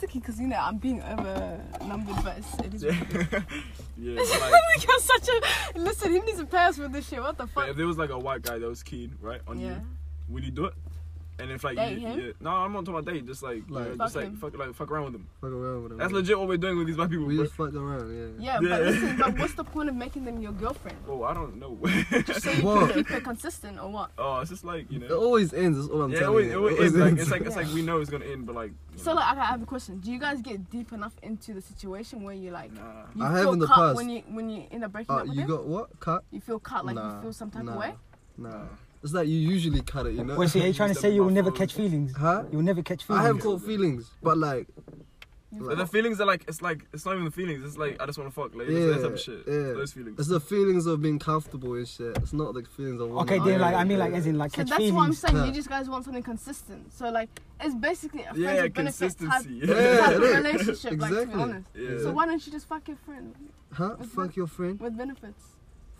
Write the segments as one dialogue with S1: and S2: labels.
S1: lucky because you know I'm being overnumbered, but it's, it is.
S2: yeah,
S1: what it is.
S2: yeah like,
S1: You're such a listen. He needs to pay us for this shit. What the
S2: but
S1: fuck?
S2: if there was like a white guy that was keen, right, on
S1: Yeah.
S2: you, would you do it? And if like,
S1: Date
S2: you,
S1: him?
S2: yeah, no, I'm not talking about date. Just like,
S3: Like-
S2: yeah,
S1: Fuck
S2: just like
S1: him.
S2: fuck, like fuck around with them.
S3: Fuck around with them.
S2: That's legit what we're doing with these black people.
S3: We
S2: bro.
S3: just fuck around,
S1: Yeah,
S3: yeah.
S2: Yeah.
S1: but listen, but what's the point of making them your girlfriend?
S2: Oh, I don't know.
S1: Just so you can
S3: What?
S1: keep it consistent or what?
S2: oh, it's just like you
S3: It
S2: know.
S3: always ends. That's all I'm
S2: Yeah, it
S3: telling
S2: always,
S3: you.
S2: it always ends.
S3: It
S2: Like, it's like it's
S3: ends.
S2: like we know it's gonna end, but like. you
S1: So
S2: know,
S1: like, okay, I have a question. Do you guys get deep enough into the situation where you're like,
S2: Nah.
S1: you
S3: I
S1: feel
S3: have in the
S1: cut
S3: past.
S1: when you when you end up breaking
S3: Uh,
S1: up with
S3: you
S1: them?
S3: got what? Cut?
S1: you feel cut, like
S3: Nah,
S1: you feel some type
S3: nah.
S1: of way.
S3: Nah. It's like you usually cut it, you know?
S4: Wait, so you're
S2: Use
S4: trying to
S2: them
S4: say you will
S2: buffalo.
S4: never catch feelings?
S3: Huh?
S4: You'll never catch feelings.
S3: I have caught feelings, but like,
S1: You
S2: But
S1: feel-
S2: the feelings are like it's like it's not even the feelings. It's like I just want to fuck. Like it's that type of shit.
S3: yeah.
S2: Those feelings.
S3: It's the feelings of being comfortable and shit. It's not the feelings of
S4: Okay,
S3: wanting-
S4: then like I mean like as in like
S1: So
S4: catch
S1: that's what I'm
S4: feelings.
S1: saying.
S3: Yeah.
S1: You just guys want something consistent. So like, it's basically a friends
S2: yeah,
S1: with benefit type,
S2: consistency.
S3: Yeah,
S1: type of
S3: look,
S1: relationship. Like to be
S3: exactly.
S1: honest.
S2: Yeah.
S1: So why don't you just fuck your friend
S3: Huh? Fuck your friend.
S1: with benefits?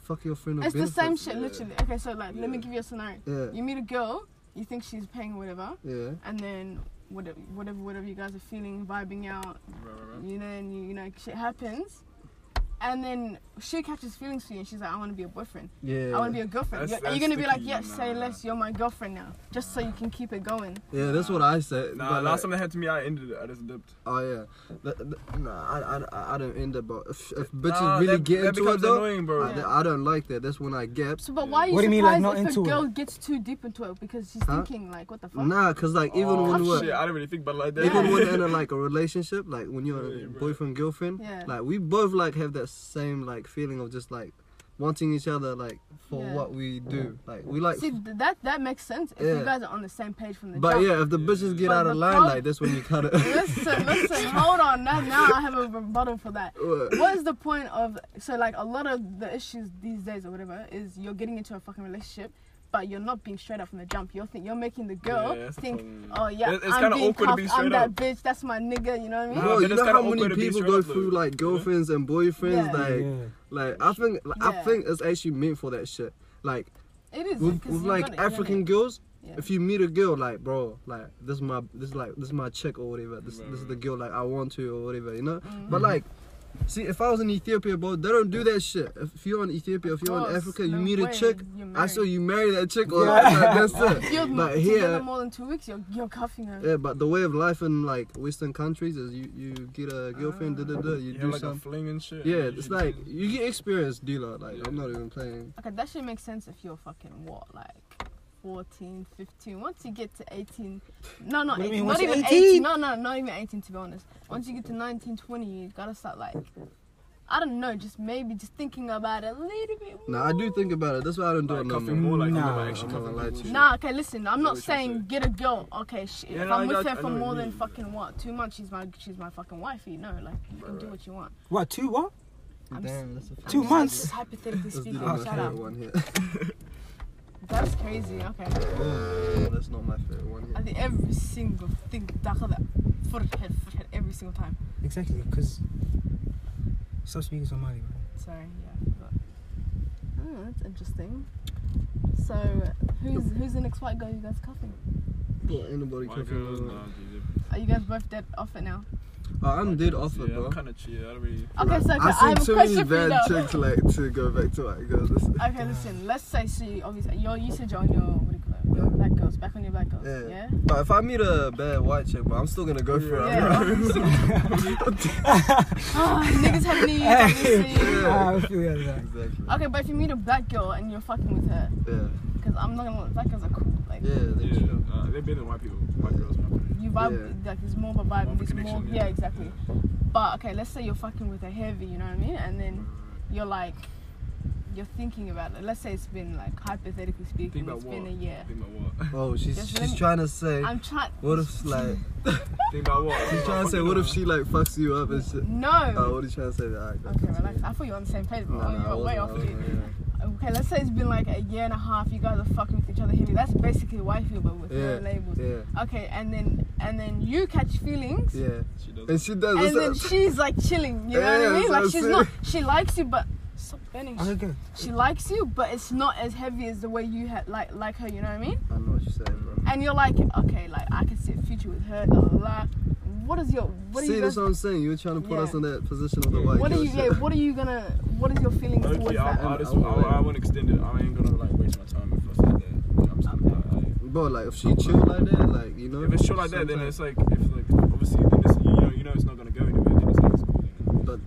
S3: Fuck your friend. of
S1: it's the same
S3: benefits.
S1: shit,
S2: yeah.
S1: literally. Okay, so like, let me
S2: Yeah.
S1: give you a scenario.
S3: Yeah.
S1: You meet a girl, you think she's paying whatever,
S3: Yeah.
S1: and then whatever, whatever, whatever you guys are feeling, vibing out,
S2: Right, right, right.
S1: you know, and you, you know, shit happens. And then she catches feelings for you, and she's like, "I want to be a boyfriend.
S3: Yeah.
S1: I want to be a girlfriend."
S2: That's-
S1: You're, are you
S2: that's
S1: gonna be
S2: the
S1: like,
S2: key,
S1: "Yes, say
S2: nah.
S1: less. You're my girlfriend now," just so you can keep it going.
S3: yeah, that's what I said.
S2: Nah, last
S3: but, like-
S2: time that happened to me, I ended it. I just dipped.
S3: Oh yeah, Th- th- nah, I, I- I, I don't end up. But if, if bitches
S2: Nah,
S3: really
S2: that-
S3: get
S2: that
S3: into it
S2: becomes
S3: though,
S2: annoying, bro.
S3: I, th- I don't like that. That's when I gap.
S1: So, but why are you
S4: What do you
S1: surprised
S4: mean, like, not
S1: if
S4: into
S1: a
S4: it?
S1: girl gets too deep into it because she's
S3: Huh?
S1: thinking like, "What the fuck?"
S3: Nah, cause like even
S2: oh,
S3: when
S2: shit,
S3: we're
S2: I don't really think, but like that.
S3: even when in a, like a relationship, like when you're
S2: Yeah,
S3: a
S2: bro.
S3: boyfriend girlfriend,
S1: Yeah.
S3: like we both like have that same like feeling of just like wanting each other like for
S1: Yeah.
S3: what we do. Like we like,
S1: See, th- that that makes sense if
S3: Yeah.
S1: you guys are on the same page from the
S3: but
S1: jump.
S3: yeah, if the bitches get
S1: But
S3: out of
S1: the
S3: line,
S1: prob-
S3: like that's when you cut it.
S1: Listen, listen, hold on. Now, now I have a rebuttal for that.
S3: What?
S1: What is the point of so like a lot of the issues these days or whatever is you're getting into a fucking relationship, but you're not being straight up from the jump. You're think you're making the girl
S2: Yeah, that's the
S1: think,
S2: problem.
S1: oh yeah,
S2: It's- it's
S1: I'm
S2: kinda
S1: being
S2: awkward to
S1: tough,
S2: be
S1: I'm
S2: straight
S1: that
S2: up.
S1: bitch, that's my nigga. You know what I mean?
S3: Bro,
S2: but
S3: you
S2: it's
S3: know
S2: kinda
S3: how many
S2: awkward to be
S3: people
S2: straight
S3: go
S2: up, though,
S3: through like
S2: you know?
S3: girlfriends and
S1: Yeah.
S3: boyfriends, like
S4: Yeah.
S3: like I think I
S1: Yeah.
S3: think it's actually meant for that shit. Like
S1: It is
S3: with,
S1: 'cause
S3: with
S1: you've got
S3: like
S1: it, you're in
S3: African
S1: it.
S3: girls,
S1: Yeah.
S3: if you meet a girl like bro, like this is my this is like this is my chick or whatever. This
S2: Right,
S3: this is
S2: right.
S3: the girl like I want to or whatever, you know.
S1: Mm-hmm.
S2: Mm-hmm.
S3: But like. See, if I was in Ethiopia, bro, they don't do that shit. If, if you're in Ethiopia, if you're in
S1: Gross,
S3: Africa, you
S1: no
S3: meet a
S1: way,
S3: chick,
S1: you're
S3: I saw
S1: married.
S3: you marry that chick, or like, that's
S1: If you're
S3: it. But
S1: together
S3: here,
S1: more than two weeks, you're you're cuffing her.
S3: yeah, but the way of life in like Western countries is you, you get a girlfriend,
S1: Ah.
S3: da da da, you
S2: You
S3: do
S2: have like a
S3: some.
S2: fling and shit.
S3: Yeah,
S2: and you
S3: it's
S2: do-
S3: like you get experience, dealer. Like I'm
S2: Yeah.
S3: not even playing.
S1: Okay, that should make sense if you're fucking what, like 14, 15. Once you get to 18, no, not
S4: What do you
S1: 18,
S4: mean,
S1: not
S4: once
S1: even
S4: 18?
S1: 18, no, no, not even 18 to be honest. Once you get to 19, 20, you gotta start like, I don't know, just maybe just thinking about it a little bit. More.
S3: Nah, I do think about it. That's why I don't do
S2: like
S3: it no
S2: cuffing
S3: more.
S2: more, like you know,
S4: Nah,
S2: like, actually
S3: I'm not gonna
S2: cuffing
S3: lie
S2: people
S3: to
S2: and
S3: you.
S1: Nah, okay, listen, I'm
S2: Yeah,
S1: not
S2: what you're
S1: saying
S2: saying.
S1: get a girl. Okay, shit.
S2: Yeah,
S1: if
S2: no, I
S1: I'm with
S2: got-
S1: her
S2: I
S1: for
S2: know what
S1: more
S2: you
S1: than
S2: mean.
S1: fucking what, two months, she's my she's my fucking wifey. No, like you can
S2: Right,
S1: do
S2: right.
S1: what you want.
S4: What two? What?
S1: I'm
S3: Damn, that's a
S1: I'm
S4: Two
S1: just-
S4: months?
S1: Just hypothetically
S3: Let's do
S1: speaking,
S3: the
S1: shut
S3: most
S1: up.
S3: favorite one here.
S1: That's crazy. Okay.
S3: Oh, that's not my favorite one
S1: I
S3: here.
S1: think every single thing داخل فرحل فرحل every single time.
S4: Exactly, because stop speaking Somali. Bro.
S1: Sorry, yeah, I forgot. Oh, that's interesting. So, who's who's the next white girl you guys cuffing?
S3: Well, anybody
S2: My
S3: can
S2: girls,
S3: feel it.
S2: nah, dude.
S1: Are you guys both dead off it now?
S3: Oh, I'm dead
S2: Yeah,
S3: off it, bro.
S2: I'm kind of chill. I don't really.
S1: Okay, so
S3: I've
S1: I have a
S3: seen too many
S1: question for you.
S3: bad
S1: though.
S3: chicks like to go back to white girls. Listen.
S1: Okay, listen. Let's say she obviously your usage on your what do you call it? Your
S3: Yeah.
S1: black girls, back on your black girls.
S3: Yeah.
S1: Yeah.
S3: But if I meet a bad white chick, bro, I'm still gonna go for
S1: Yeah.
S3: it.
S1: Ah, niggas have needs, obviously.
S4: Hey.
S3: Yeah.
S4: Ah, I feel you on that.
S3: Exactly.
S1: Okay, but if you meet a black girl and you're fucking with her,
S3: Yeah.
S1: because I'm not gonna lie, black girls are cool. Like,
S3: Yeah. They
S2: Yeah,
S3: chill.
S2: uh, they've been the white people, white girls. my opinion.
S1: you vibe like it's more of a vibe.
S2: More of a
S1: it's more,
S2: connection,
S1: yeah.
S2: yeah.
S1: exactly. But okay, let's say you're fucking with a heavy, you know what I mean, and then you're like, you're thinking about it. Let's say it's been like hypothetically speaking,
S2: Think about
S1: it's been
S2: what?
S1: a year.
S2: Think about what?
S3: Oh, she's
S1: Just
S3: she's
S1: limit-
S3: trying to say.
S1: I'm trying.
S3: What if like
S2: Think about what?
S3: she's trying to say what if she like fucks you up and shit?
S1: No.
S3: Oh, what are you trying to say? Alright, go
S1: okay,
S3: continue.
S1: relax. I thought you were on the same page.
S3: Oh, No,
S1: But
S3: no, I
S1: you're way
S3: wasn't, I
S1: off.
S2: Oh,
S3: wasn't,
S1: it.
S3: yeah.
S1: Okay, let's say it's been like a year and a half. You guys are fucking with each other heavy. That's basically white people but with no
S3: Yeah,
S1: labels.
S3: yeah,
S1: Okay, and then and then you catch feelings.
S3: yeah.
S2: She does.
S3: And she does.
S1: And then
S3: that's-
S1: she's like chilling, you know what
S3: Yeah,
S1: I mean?
S3: that's what
S1: Like
S3: I'm
S1: she's
S3: saying.
S1: not, she likes you, but stop burning.
S4: Okay, good.
S1: she likes you, but it's not as heavy as the way you had like like her. You know what I mean?
S3: I know what you're saying, bro.
S1: And you're like, okay, like I can see a future with her. La la. la. what is your what are
S3: See,
S1: you
S3: that's
S1: guys,
S3: what I'm saying. You're trying to put
S1: Yeah.
S3: us in that position of the
S2: Yeah.
S3: white
S1: what are
S3: girl
S1: you yeah,
S3: shit.
S1: what are you gonna what is your feelings
S2: Low
S1: towards
S2: key, I,
S1: that?
S2: I,
S3: that?
S2: just, I, I won't extend it. I ain't gonna like waste my time if I say that. Like, I'm just gonna, be like,
S3: Bro, like if she chill like that, like you know.
S2: If it's short like that, then it's
S3: sometimes-
S2: like, if like, obviously, then it's, you know, you know, it's not gonna go anywhere. Then it's like, it's cool. Then.
S3: But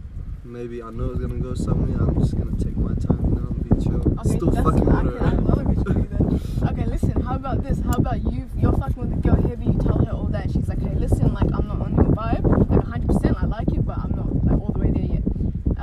S3: maybe I know it's gonna go somewhere. I'm just gonna take my time you know, and be chill.
S1: Okay,
S3: Still
S1: that's-
S3: fucking
S1: okay,
S3: with
S1: I
S3: her.
S1: love it with you then. Okay, listen, how about this? How about you? You're fucking with the girl heavy, you tell her all that, and she's like, hey, listen, like, I'm not on your vibe. Like, 100%, I like you, but I'm not, like, all the way there yet.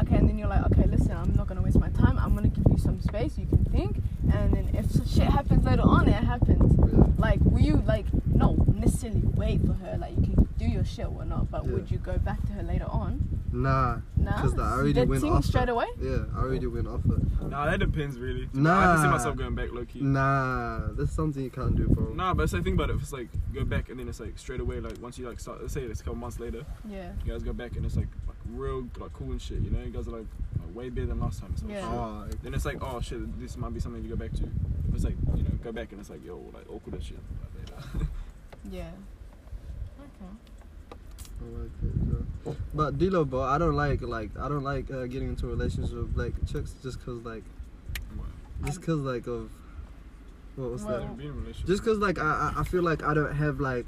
S1: Okay, and then you're like, okay, listen, I'm not gonna waste my time. I'm gonna give you some space, you can think. And then if shit happens later on, it happens.
S3: Yeah.
S1: Like, will you, like, no, necessarily wait for her, like, you can do your shit or whatnot, but
S3: Yeah.
S1: would you go back to her later on?
S3: Nah,
S1: Nah.
S3: because I already
S1: That
S3: went
S1: thing
S3: off.
S1: straight
S3: her.
S1: away?
S3: Yeah, I already went off her.
S2: Nah, that depends really. I can see
S3: Nah.
S2: myself going back low key.
S3: Nah, that's something you can't do, bro.
S2: Nah, but it's like think about it. If it's like go back and then it's like straight away, like once you like start, let's say it's a couple months later,
S1: Yeah.
S2: you guys go back and it's like, like real like cool and shit. You know, you guys are like, like, way better than last time. So
S1: Yeah.
S3: Oh, it-
S2: Then it's like, oh shit, this might be something to go back to. If it's like, you know, go back and it's like, yo, like awkward and shit. Like, later.
S1: Yeah. Okay.
S3: I like it, bro. But D-Lo, bro, I don't like like I don't like uh, getting into a relationship with like chicks just cause like just cause like of what was
S1: Well-
S3: that?
S2: Like, being in a relationship-
S3: Uh, Just cause like I I- I feel like I don't have like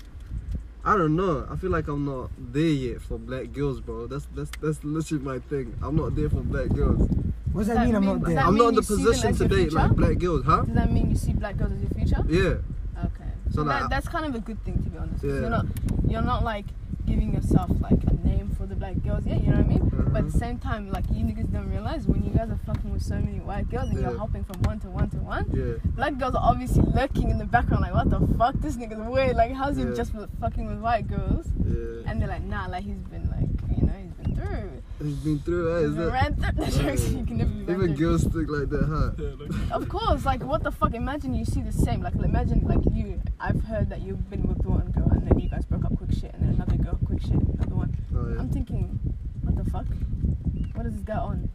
S3: I don't know. I feel like I'm not there yet for black girls, bro. That's that's that's literally my thing. I'm not there for black girls.
S4: What does that,
S1: That
S4: mean, I'm
S1: mean-
S4: not
S1: does
S4: there?
S1: that
S3: I'm
S1: mean
S3: not in the
S1: you see them
S3: position
S1: as your
S3: today
S1: future?
S3: like black girls, huh?
S1: Does that mean you see black girls as your future?
S3: Yeah.
S1: Okay.
S3: So,
S1: So
S3: like,
S1: that,
S3: I-
S1: that's kind of a good thing to be honest. 'cause
S3: Yeah.
S1: You're not you're not like giving yourself like a name for the black girls. Yeah, you know what I mean.
S3: Uh-huh.
S1: But at the same time, like you niggas don't realize when you guys are fucking with so many white girls and you're
S3: Yeah.
S1: hopping from one to one to one.
S3: Yeah.
S1: Black girls are obviously lurking in the background like, what the fuck? This nigga's weird. Like, how's
S3: Yeah.
S1: he just fucking with white girls?
S3: Yeah.
S1: And they're like, nah, like he's been like, you know, he's been through.
S3: He's been through it.
S1: He's
S3: Is
S1: been
S3: that
S1: ran through. Jokes,
S3: Yeah.
S1: you can never be ran
S3: even
S1: through.
S3: girls think like that, huh?
S2: Yeah, low key.
S1: Of course, like what the fuck? Imagine you see the same. Like imagine like you. I've heard that you've been with one girl and then you guys broke up quick shit, and then another girl quick shit, another one.
S3: Oh, yeah.
S1: I'm thinking, what the fuck? What is this guy on?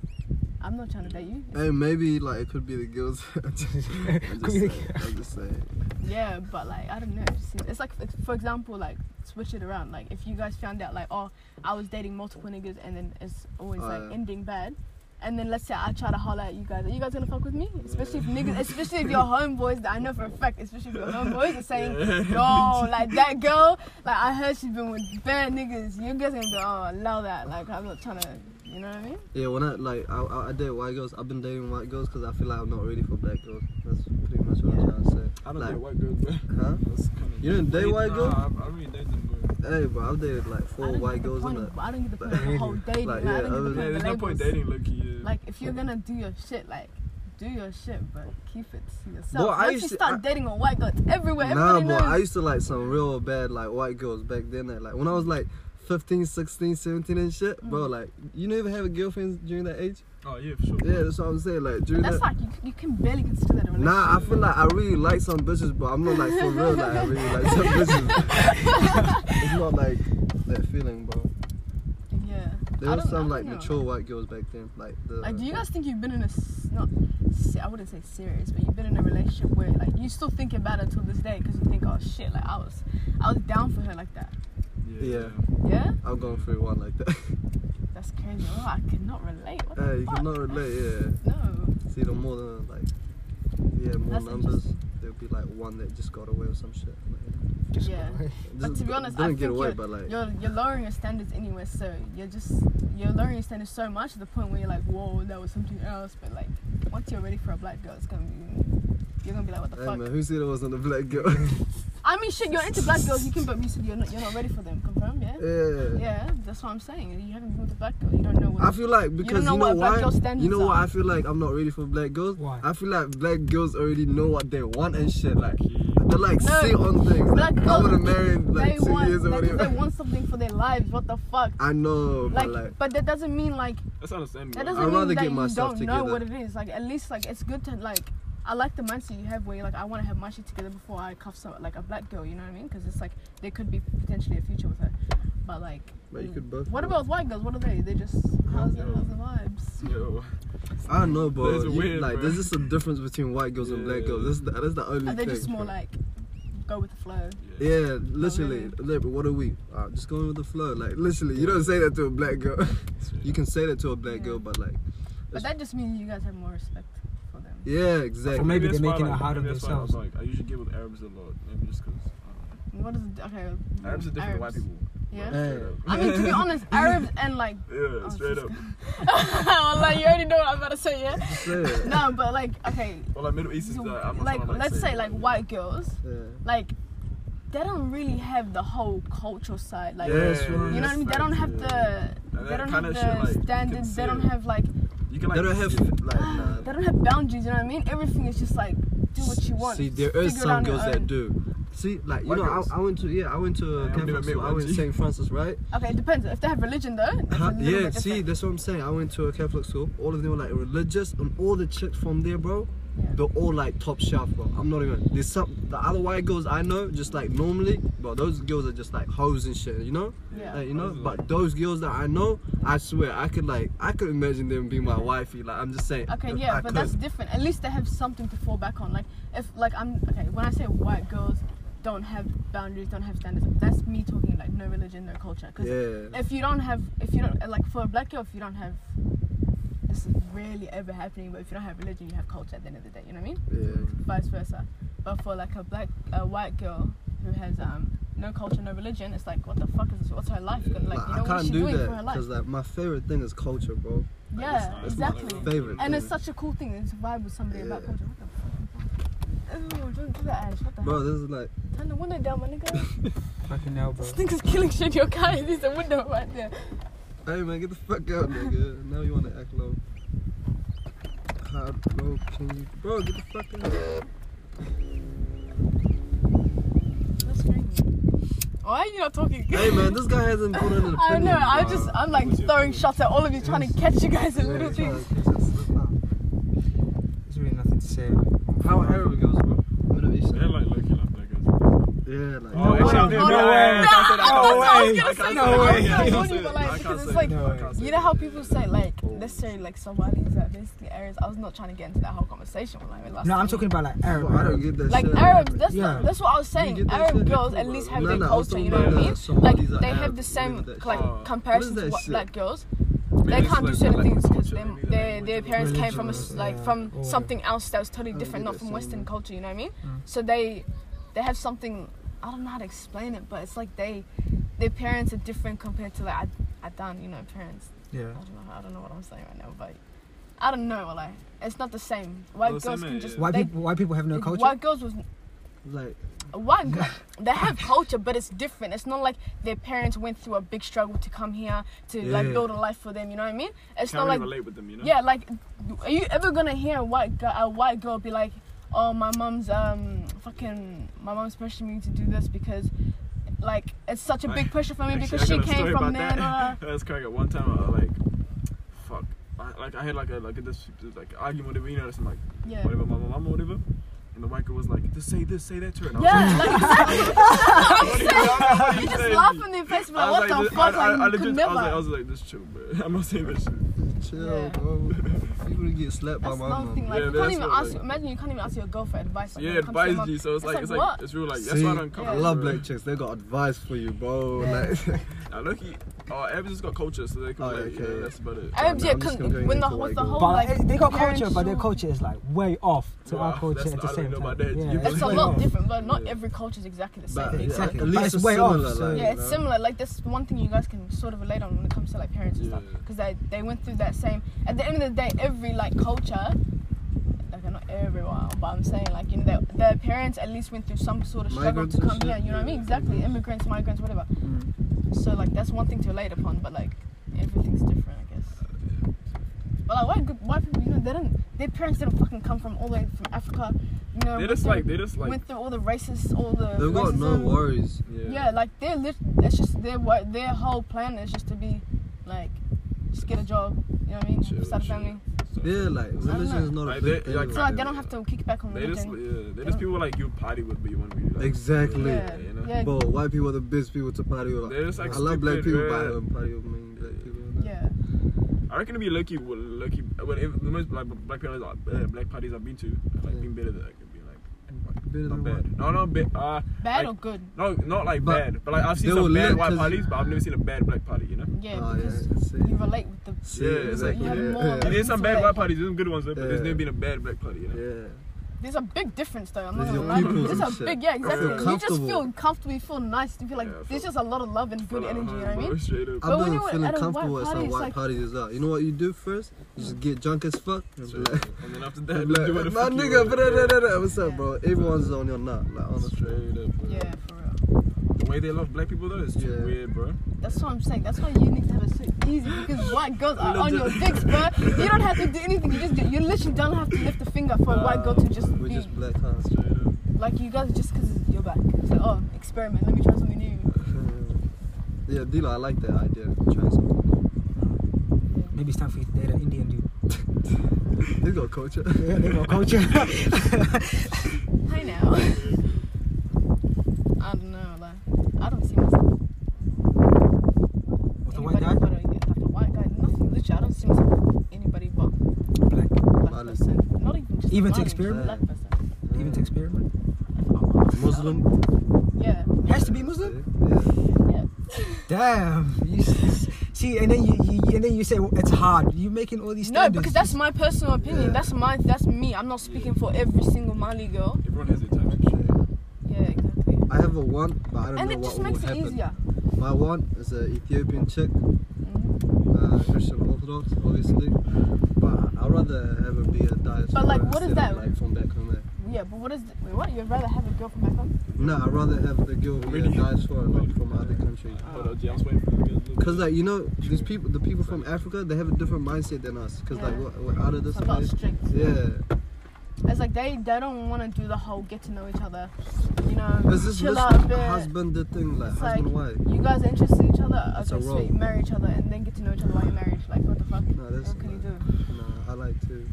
S1: I'm not trying to date you.
S3: Hey, maybe like it could be the girls. I'm just
S4: Could
S3: I'm just
S4: be the
S3: saying. I'm just saying.
S1: Yeah, but like I don't know. It just seems, it's like it's- for example, like switch it around. Like if you guys found out like oh I was dating multiple niggas and then it's always
S3: Oh,
S1: like
S3: yeah.
S1: ending bad. And then let's say I try to holler at you guys. Are you guys gonna fuck with me? Especially if niggas, especially if your homeboys that I know for a fact, especially if your homeboys are saying, yo, like that girl, like I heard she's been with bad niggas. You guys gonna be, oh, allow that. Like I'm not trying to, you know what I mean?
S3: Yeah, when I like I, I, I date white girls, I've been dating white girls because I feel like I'm not ready for black girls. That's pretty much what I'm trying to say.
S2: I don't
S3: like,
S2: date white girls, bro.
S3: Huh?
S2: That's kinda-
S3: You don't date white
S2: nah,
S3: girls?
S2: I, I really date them, bro.
S3: Hey, bro, I've dated like
S1: I
S3: four
S1: don't
S3: white
S1: get the
S3: girls
S1: point
S3: in
S1: of-
S3: it.
S1: I don't get the point of the whole dating.
S3: Like,
S1: Like, I
S3: yeah,
S1: don't get the point
S2: Yeah,
S3: other
S1: of
S2: there's
S1: the
S2: no point
S1: labels.
S2: dating, Loki. Yeah.
S1: Like if you're gonna do your shit, like do your shit, but keep it to yourself.
S3: Bro, I
S1: Once
S3: used
S1: you
S3: to-
S1: start
S3: I-
S1: dating a white girl, it's everywhere.
S3: Nah,
S1: Everybody
S3: bro, I
S1: knows.
S3: used to like some real bad like white girls back then. That, like when I was like 15, 16, 17 and shit, bro.
S1: Mm.
S3: Like you never have a girlfriend during that age.
S2: oh yeah, for sure.
S3: Yeah, that's what I'm saying. Like during
S1: But that's
S3: that.
S1: like you, you can barely consider that a relationship.
S3: Nah, I feel like I really like some bitches, but I'm not like for real. Like I really like some bitches. it's not like that feeling, bro.
S1: yeah.
S3: There
S1: I don't-
S3: was
S1: I
S3: some
S1: don't
S3: like
S1: know.
S3: mature white girls back then. Like the.
S1: Like, do you guys think you've been in a s- not? se- I wouldn't say serious, but you've been in a relationship where like you still think about it till this day because you think, oh shit, like I was, I was down for her like that.
S3: Yeah.
S1: Yeah,
S3: I'm going through one like that.
S1: that's crazy. Oh, I cannot relate. What
S3: hey,
S1: the
S3: you
S1: fuck?
S3: cannot relate. Yeah.
S1: No.
S3: See, the more than like, yeah, more
S1: That's
S3: numbers.
S1: interesting.
S3: There'll be like one that just got away or some shit. Like,
S1: Yeah. But
S3: just
S1: to be honest, I think
S3: didn't get away,
S1: you're-
S3: but like,
S1: you're you're lowering your standards anyway, so you're just you're lowering your standards so much to the point where you're like, whoa, that was something else. But like, once you're ready for a black girl, it's gonna be you're gonna be like, what the
S3: hey
S1: fuck?
S3: man, who said I wasn't a black girl?
S1: I mean, shit, you're into black girls, you can, but you said you're not you're not ready for them. Confirm, yeah.
S3: yeah.
S1: Yeah, that's what I'm saying. You haven't been with a black girl, you don't know what.
S3: I feel like because you
S1: know
S3: know,
S1: what black
S3: why?
S1: girl standards
S3: you know why
S1: are.
S3: I feel like I'm not ready for black girls?
S4: Why?
S3: I feel like black girls already know what they want and shit. Like
S2: Low-key.
S3: they like
S1: No,
S3: sit on things.
S1: black
S3: Like, I
S1: girls,
S3: want to marry in like
S1: they
S3: two
S1: want
S3: years
S1: they,
S3: or
S1: they
S3: whatever.
S1: want something for their lives. What the fuck?
S3: I know,
S1: Like,
S3: but like,
S1: but that doesn't mean like
S2: That's understandable.
S1: That
S3: I'd
S1: doesn't mean
S3: rather
S1: that
S3: get
S1: you
S3: myself
S1: don't know
S3: together.
S1: what it is. Like at least like it's good to like. I like the mindset you have where you're like I want to have my shit together before I cuff some like a black girl. You know what I mean? Because it's like there could be potentially a future with her, but like.
S3: But you could both
S1: What
S3: do
S1: about white girls? What are they? They just how's the,
S2: Yeah.
S1: how's the vibes?
S2: Yo.
S3: I don't know, bro.
S2: There's a
S3: You-
S2: weird,
S3: like,
S2: bro.
S3: there's just a difference between white girls and black
S2: Yeah.
S3: girls. That's the, that's the only
S1: Are they
S3: thing.
S1: just more
S3: bro.
S1: like go with the flow.
S3: Yeah, literally.
S1: really?
S3: Look, but what are we? Uh, just going with the flow. Like, literally, you don't say that to a black girl. you can say that to a black
S1: Yeah.
S3: girl, but like,
S1: But that just means you guys have more respect for them.
S3: yeah,
S2: Or
S3: exactly.
S4: maybe they're
S2: that's why I
S4: making it
S2: like-
S4: hard on
S2: maybe that's why
S4: themselves.
S2: I, was like, I usually get with Arabs a lot. Maybe just um, because.
S1: What is it? Okay.
S2: Arabs are different to white people.
S1: Yeah.
S3: Yeah.
S2: Straight up.
S1: I mean, to be honest, Arabs and like,
S2: Yeah,
S1: Oh,
S2: straight up.
S1: well, like you already know what I'm about to say, yeah.
S3: Just say it.
S1: No, but like, okay,
S2: Well, like Middle East is
S1: you-
S2: like, I'm not
S1: like
S2: trying to,
S1: let's say like white girls,
S3: Yeah.
S1: like they don't really have the whole cultural side, like.
S2: Yeah,
S3: Yes, right.
S1: You know what I mean? They don't have the
S2: And
S1: they
S2: that
S1: don't have
S2: kinda
S1: the
S2: shit, like, you can
S1: standards. They
S2: see
S1: don't
S2: it.
S1: have like
S2: You can like.
S3: They don't have
S2: see it.
S3: like. nah.
S1: they don't have boundaries. You know what I mean? Everything is just like do what you want.
S3: See, there
S1: Figure
S3: is
S1: it
S3: some
S1: out on
S3: girls
S1: your
S3: that
S1: own.
S3: do. See, like you
S2: White
S3: know,
S2: girls.
S3: I, I went to yeah, I went to
S2: Yeah,
S3: a
S2: I've never
S3: Catholic
S2: met
S3: school. I
S2: one,
S3: went to
S2: G.
S3: St. Francis, right?
S1: Okay, it depends. If they have religion though, it's
S3: Huh?
S1: a little
S3: Yeah,
S1: bit
S3: see,
S1: different.
S3: that's what I'm saying. I went to a Catholic school. All of them were like religious, and all the chicks from there, bro,
S1: Yeah.
S3: they're all like top shelf, bro. I'm not even. There's some the other white girls I know, just like normally, bro. Those girls are just like hoes and shit, you know.
S1: Yeah.
S3: Like, you know,
S2: Hoes are
S3: but those girls that I know, I swear, I could like, I could imagine them being my wifey. Like, I'm just saying.
S1: Okay,
S3: if
S1: yeah,
S3: I
S1: but
S3: could.
S1: that's different. At least they have something to fall back on. Like if like I'm okay, when I say white girls don't have boundaries, don't have standards, that's me talking like no religion, no culture. 'Cause
S3: Yeah.
S1: if you don't have if you don't like for a black girl if you don't have this is rarely ever happening but if you don't have religion you have culture at the end of the day you know what i mean
S3: Yeah.
S1: vice versa but for like a black a white girl who has um no culture no religion it's like what the fuck is this what's her life gonna- like
S3: Like,
S1: you know
S3: I
S1: what is
S3: can't
S1: she
S3: do
S1: doing for her
S3: that
S1: life
S3: because like my favorite thing is culture, bro.
S1: yeah
S2: not- it's not
S1: exactly
S3: Favorite.
S1: and
S3: thing.
S1: it's such a cool thing to vibe with somebody about
S3: Yeah.
S1: culture what the fuck? Ew, don't do that, Ash. What the
S3: Bro,
S1: hell?
S3: this is like
S1: Turn the window down, my nigga.
S4: Fucking hell, bro.
S1: this nigga's killing shit in your car. There's a window right there.
S3: Hey man, get the fuck out, nigga. Now you wanna act low. How low can you, bro? Get the fuck out.
S1: That's crazy. Why are you not talking?
S3: hey man, this guy hasn't put in an opinion.
S1: I know. I
S3: bro.
S1: just I'm like
S2: What's your
S1: throwing
S2: opinion?
S1: shots at all of you, trying to catch you guys a
S3: Yeah,
S1: little
S3: he's trying
S1: bit.
S3: to catch us.
S4: There's really nothing to say.
S3: How are Arab girls, bro? Middle Eastern.
S2: They're like low-key like black girls.
S3: Yeah, like.
S2: Oh,
S1: actually,
S2: actually,
S1: no
S2: no
S1: way.
S2: way.
S1: I was
S2: I
S1: gonna
S2: can't say that.
S4: say that. I was
S1: gonna
S2: I can't
S1: say
S2: say
S1: that. I
S2: that. I
S1: can't
S2: can't
S1: say
S2: say
S1: that.
S2: that. I can't say
S1: You know how
S2: that.
S1: people say like let's say like Somalis are basically Arabs. I was not trying to get into that whole conversation when I last.
S4: No,
S1: time.
S4: I'm talking about like Arab.
S3: I don't get that
S1: Like
S3: shit.
S1: Arabs, that's
S4: Yeah.
S1: not, that's what I was
S3: You
S1: saying.
S3: get that shit,
S1: Arab
S3: they're
S1: girls
S3: cool,
S1: at
S3: bro.
S1: least have
S3: No,
S1: their
S3: no, I was
S1: culture,
S3: talking
S1: you know what I
S3: about,
S1: mean?
S3: uh,
S1: Like
S3: Somalis are
S1: they have
S3: Arabs,
S1: the
S3: we
S1: same
S3: get that uh,
S1: like
S2: shit. Oh.
S1: comparisons to
S3: What is that
S1: what
S3: shit?
S1: black girls.
S2: Maybe
S1: They
S2: it's
S1: can't do
S2: like
S1: certain
S2: black
S1: things because they,
S2: culture, maybe
S1: their
S2: like
S1: their
S2: religion.
S1: parents came from a, s-
S4: Religion,
S1: like
S4: yeah,
S1: from
S4: or-
S1: something else that was totally
S3: uh, I don't
S1: different,
S3: get
S1: not
S3: that
S1: from
S3: shit,
S1: Western
S3: man.
S1: culture. You know what I mean?
S4: Mm.
S1: So they they have something. I don't know how to explain it, but it's like they their parents are different compared to like I Adan. You know, parents. I
S4: Yeah.
S1: don't know. I don't know what I'm saying right now, but I don't know. Like it's not the same. White
S2: Well,
S1: girls
S2: same,
S1: can
S2: yeah,
S1: just
S2: yeah.
S4: White
S1: they-
S4: people. White people have no culture.
S1: White girls was
S3: Like,
S1: white girl, they have culture, but it's different. It's not like their parents went through a big struggle to come here to like
S3: Yeah.
S1: build a life for them. You know what I mean? It's
S2: Can't
S1: not
S2: really
S1: like
S2: relate with them, you know?
S1: yeah, like are you ever gonna hear a white girl, a white girl be like, oh my mom's um fucking my mom's pressuring me to do this because like it's such a big pressure for me
S2: Actually,
S1: because
S2: I
S1: she
S2: got a
S1: came
S2: story
S1: from
S2: about
S1: there. And, uh,
S2: that. That's correct. At one time, I like, fuck, I, like I had like a like a this like argument with you know, and like
S1: yeah.
S2: whatever, my mom or whatever, and the white girl was like, just say this, say that to her. And I was
S1: Yeah, like exactly.
S2: like, what do
S1: You
S2: you
S1: just
S2: saying?
S1: laugh in their face, but
S2: I was
S1: what
S2: like,
S1: the
S2: this-
S1: fuck?
S2: I, I, I,
S1: Like you
S2: legit-
S1: could
S2: I was like, I
S1: never.
S2: was like, this chill, bro. I'm not saying that shit.
S3: chill,
S1: Yeah.
S3: bro. You gonna get slapped by
S1: That's
S3: my
S1: another
S3: mom.
S1: thing. Like
S2: Yeah,
S1: you
S2: but
S1: can't
S2: that's
S1: even
S2: what,
S1: ask.
S2: like-
S1: imagine you can't even ask your girl for advice. Like,
S2: Yeah,
S1: when it comes to your
S2: advice
S1: mom.
S2: G. So it's like, it's like,
S1: what?
S2: it's real like.
S3: See,
S2: That's why I don't come.
S3: I love black chicks. They got advice for you, bro.
S1: Yeah.
S3: Like,
S2: Now look, he, oh, Evans has got culture, so they can
S3: Oh,
S2: relate.
S3: okay.
S2: yeah, that's about it.
S1: Arabs,
S3: no,
S1: yeah,
S3: I'm just
S1: con-
S3: comparing
S1: when
S3: it
S1: the,
S3: to
S1: what's
S3: white
S1: the whole
S3: girls.
S4: But
S1: like
S4: like, they got culture,
S1: parents
S4: but their
S1: show-
S4: culture is like way off to
S2: Wow,
S4: our culture
S2: that's-
S4: at
S2: I
S4: the
S2: don't
S4: same
S2: know
S4: time.
S2: about that.
S4: Yeah,
S2: You
S1: It's
S2: It's
S1: a
S2: way
S1: lot
S2: off.
S1: different, but not
S2: Yeah.
S1: every culture is exactly the same.
S3: but,
S4: Exactly.
S3: At
S4: But
S3: least
S4: it's
S3: it's
S4: way off,
S3: similar.
S4: so-
S3: like,
S1: yeah,
S3: you
S1: it's
S3: know?
S1: similar. Like that's one thing you guys can sort of relate on when it comes to like parents and stuff,
S2: Yeah.
S1: because they they went through that same. At the end of the day, every like culture, like not everyone, but I'm saying like you know their, their parents at least went through some sort of struggle
S3: Migrants
S1: to
S3: and
S1: come
S3: shit,
S1: here. You know what I mean?
S3: yeah.
S1: Exactly, immigrants, migrants, whatever.
S4: Mm.
S1: So like that's one thing to relate upon, but like everything's different, I guess.
S3: Uh,
S1: But like white, gr- white people, you know, they don't. Their parents didn't fucking come from all the way from Africa. You know,
S2: They're
S1: went
S2: just
S1: through-
S2: like, they're just like.
S1: went through all the racists, all the.
S3: They've got no
S1: racism.
S3: worries.
S1: Yeah, like they're lit. It's just their wo- their whole plan is just to be, like, just get a job. You know what I mean?
S2: Chill,
S1: Start a
S2: chill.
S1: family.
S2: So-
S3: Yeah, like religion is not a
S2: Like,
S3: big
S2: they-
S3: thing.
S2: like-
S1: So like they don't have to kick back on
S2: They just,
S1: religion.
S2: yeah, they just people like you party with, but you want to be like.
S3: Exactly.
S1: yeah,
S2: you know?
S1: yeah,
S3: Bro, white people are the best people to party with.
S2: They're just like
S3: I love black
S2: stupid,
S3: people, but I
S2: yeah.
S3: don't party with many black people. you know?
S1: yeah.
S2: I reckon it'd be lucky, well, lucky. But if the most like black parties, uh, black parties I've been to, have, like
S3: Yeah.
S2: been better than like, it'd be like,
S3: Better
S2: Not
S3: than
S2: bad. No, no, bad. Uh,
S1: Bad
S2: Like-
S1: or good?
S2: no, not like
S3: But
S2: bad. But like I've seen
S3: they
S2: some
S3: were
S2: bad
S3: lit
S2: white
S3: 'cause-
S2: parties, but I've never seen a bad black party. You know.
S1: Yeah,
S3: Oh,
S1: because
S3: yeah. See?
S1: you relate with the.
S3: See,
S2: Yeah,
S1: you
S2: exactly,
S1: have
S3: yeah.
S1: more
S3: Yeah.
S2: And there's some bad
S1: intellect.
S2: white parties. There's some good ones, though, but there's
S3: Yeah.
S2: never been a bad black party. You know.
S3: Yeah.
S1: There's a big difference though. I'm not
S3: There's
S1: gonna lie.
S3: your peoples
S1: There's
S3: and
S1: a
S3: shit.
S1: big, yeah, exactly.
S2: feel
S1: You just feel
S3: comfortable.
S1: comfortable. You feel nice. You feel like
S2: Yeah, I feel-
S1: there's just a lot of love and good
S2: But, uh,
S1: energy. You know what I mean? Oh.
S2: Straight up.
S1: But
S3: I've
S1: when
S3: been
S1: you were
S3: feeling
S1: at a white
S3: comfortable at
S1: party,
S3: some
S1: it's
S3: white
S1: like-
S3: parties as well. You know what you do first? You just get drunk as fuck. And be
S2: Straight
S3: like,
S2: up. And then after
S3: and
S2: that,
S3: be
S2: do what
S3: like,
S2: the
S3: my
S2: fuck you
S3: nigga,
S2: want."
S3: blah, blah, blah, blah." what's up,
S1: Yeah.
S3: bro? Everyone's on your nut, like honestly.
S2: Straight up. Bro.
S1: Yeah, for real.
S2: The way they love black people though is too
S3: Yeah.
S2: weird, bro.
S1: That's what I'm saying. That's why you need to have it so easy because white girls are on your dicks, bro. You don't have to do anything. You just do, you literally don't have to lift a finger for a white girl
S4: Uh,
S1: to just
S3: We
S1: be
S3: just black hands.
S2: Straight up.
S1: like you guys just because you're back. It's like oh, experiment. Let me try something new.
S3: Yeah, Dilo, I like that idea. Trying something.
S4: Maybe it's time for you to date an Indian dude.
S3: They got culture.
S4: Yeah, they got culture.
S1: Hi now. I don't know. Like I don't see myself.
S4: With the white
S1: anybody
S4: guy,
S1: But a, like a white guy. Nothing. Literally, I don't see myself with anybody but
S4: black.
S1: black
S3: Mali.
S1: person. Not even just
S4: Even to
S1: Mali,
S4: experiment?
S1: Black person.
S4: Even to experiment.
S3: Muslim.
S1: Yeah.
S4: Has to be Muslim.
S3: Yeah.
S1: Yeah.
S4: Damn. You s- see, and then you, you you- and then you say well, it's hard. You making all these
S1: No,
S4: standards.
S1: because that's my personal opinion.
S3: Yeah.
S1: That's my that's me. I'm not speaking for every single Mali girl.
S2: Everyone has their types.
S1: Yeah, exactly.
S3: I have a one, but I don't
S1: And
S3: know
S1: it
S3: what
S1: just
S3: will
S1: makes it
S3: happen.
S1: easier.
S3: My one is an Ethiopian chick,
S1: Mhm.
S3: uh, Christian Orthodox, obviously. But I'd rather have her be a diaspora.
S1: But, like, what is
S3: instead of,
S1: that?
S3: Like from back home. There.
S1: Yeah, but what is the, wait, what? You'd rather have a girl from back home?
S3: No, I'd rather have the girl be
S2: Really?
S3: a diaspora, like from other country.
S1: Ah.
S2: Hold on, G, I was waiting for you guys. to look.
S3: Cause like you know, these people, the people from Africa, they have a different mindset than us. Cause like
S1: Yeah.
S3: we're, we're out of this
S1: It's about
S3: place.
S1: strict.
S3: Yeah.
S1: It's like they they don't want to do the whole get to know each other. You know,
S3: It's this
S1: chill
S3: lis-
S1: out a bit.
S3: husband the thing, like
S1: It's
S3: husband wife.
S1: You guys are interested in each other.
S3: It's a
S1: okay,
S3: role.
S1: sweet. Marry each other and then get to know each other while you're married. Like what the fuck?
S3: No, that's
S1: what can you do?
S3: Nah, I like to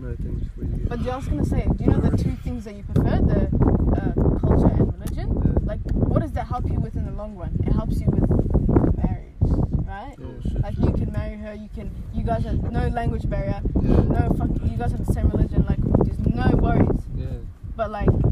S3: know things before you get.
S1: But I was gonna say, do you know the two things that you prefer, the uh, culture and religion?
S3: Yeah.
S1: Like, what does that help you with in the long run? It helps you with marriage, right?
S3: Yeah.
S1: Like you can marry her. You can. You guys have no language barrier.
S3: Yeah.
S1: No fuck. You guys have the same religion. Like, there's no worries.
S3: Yeah.
S1: But like,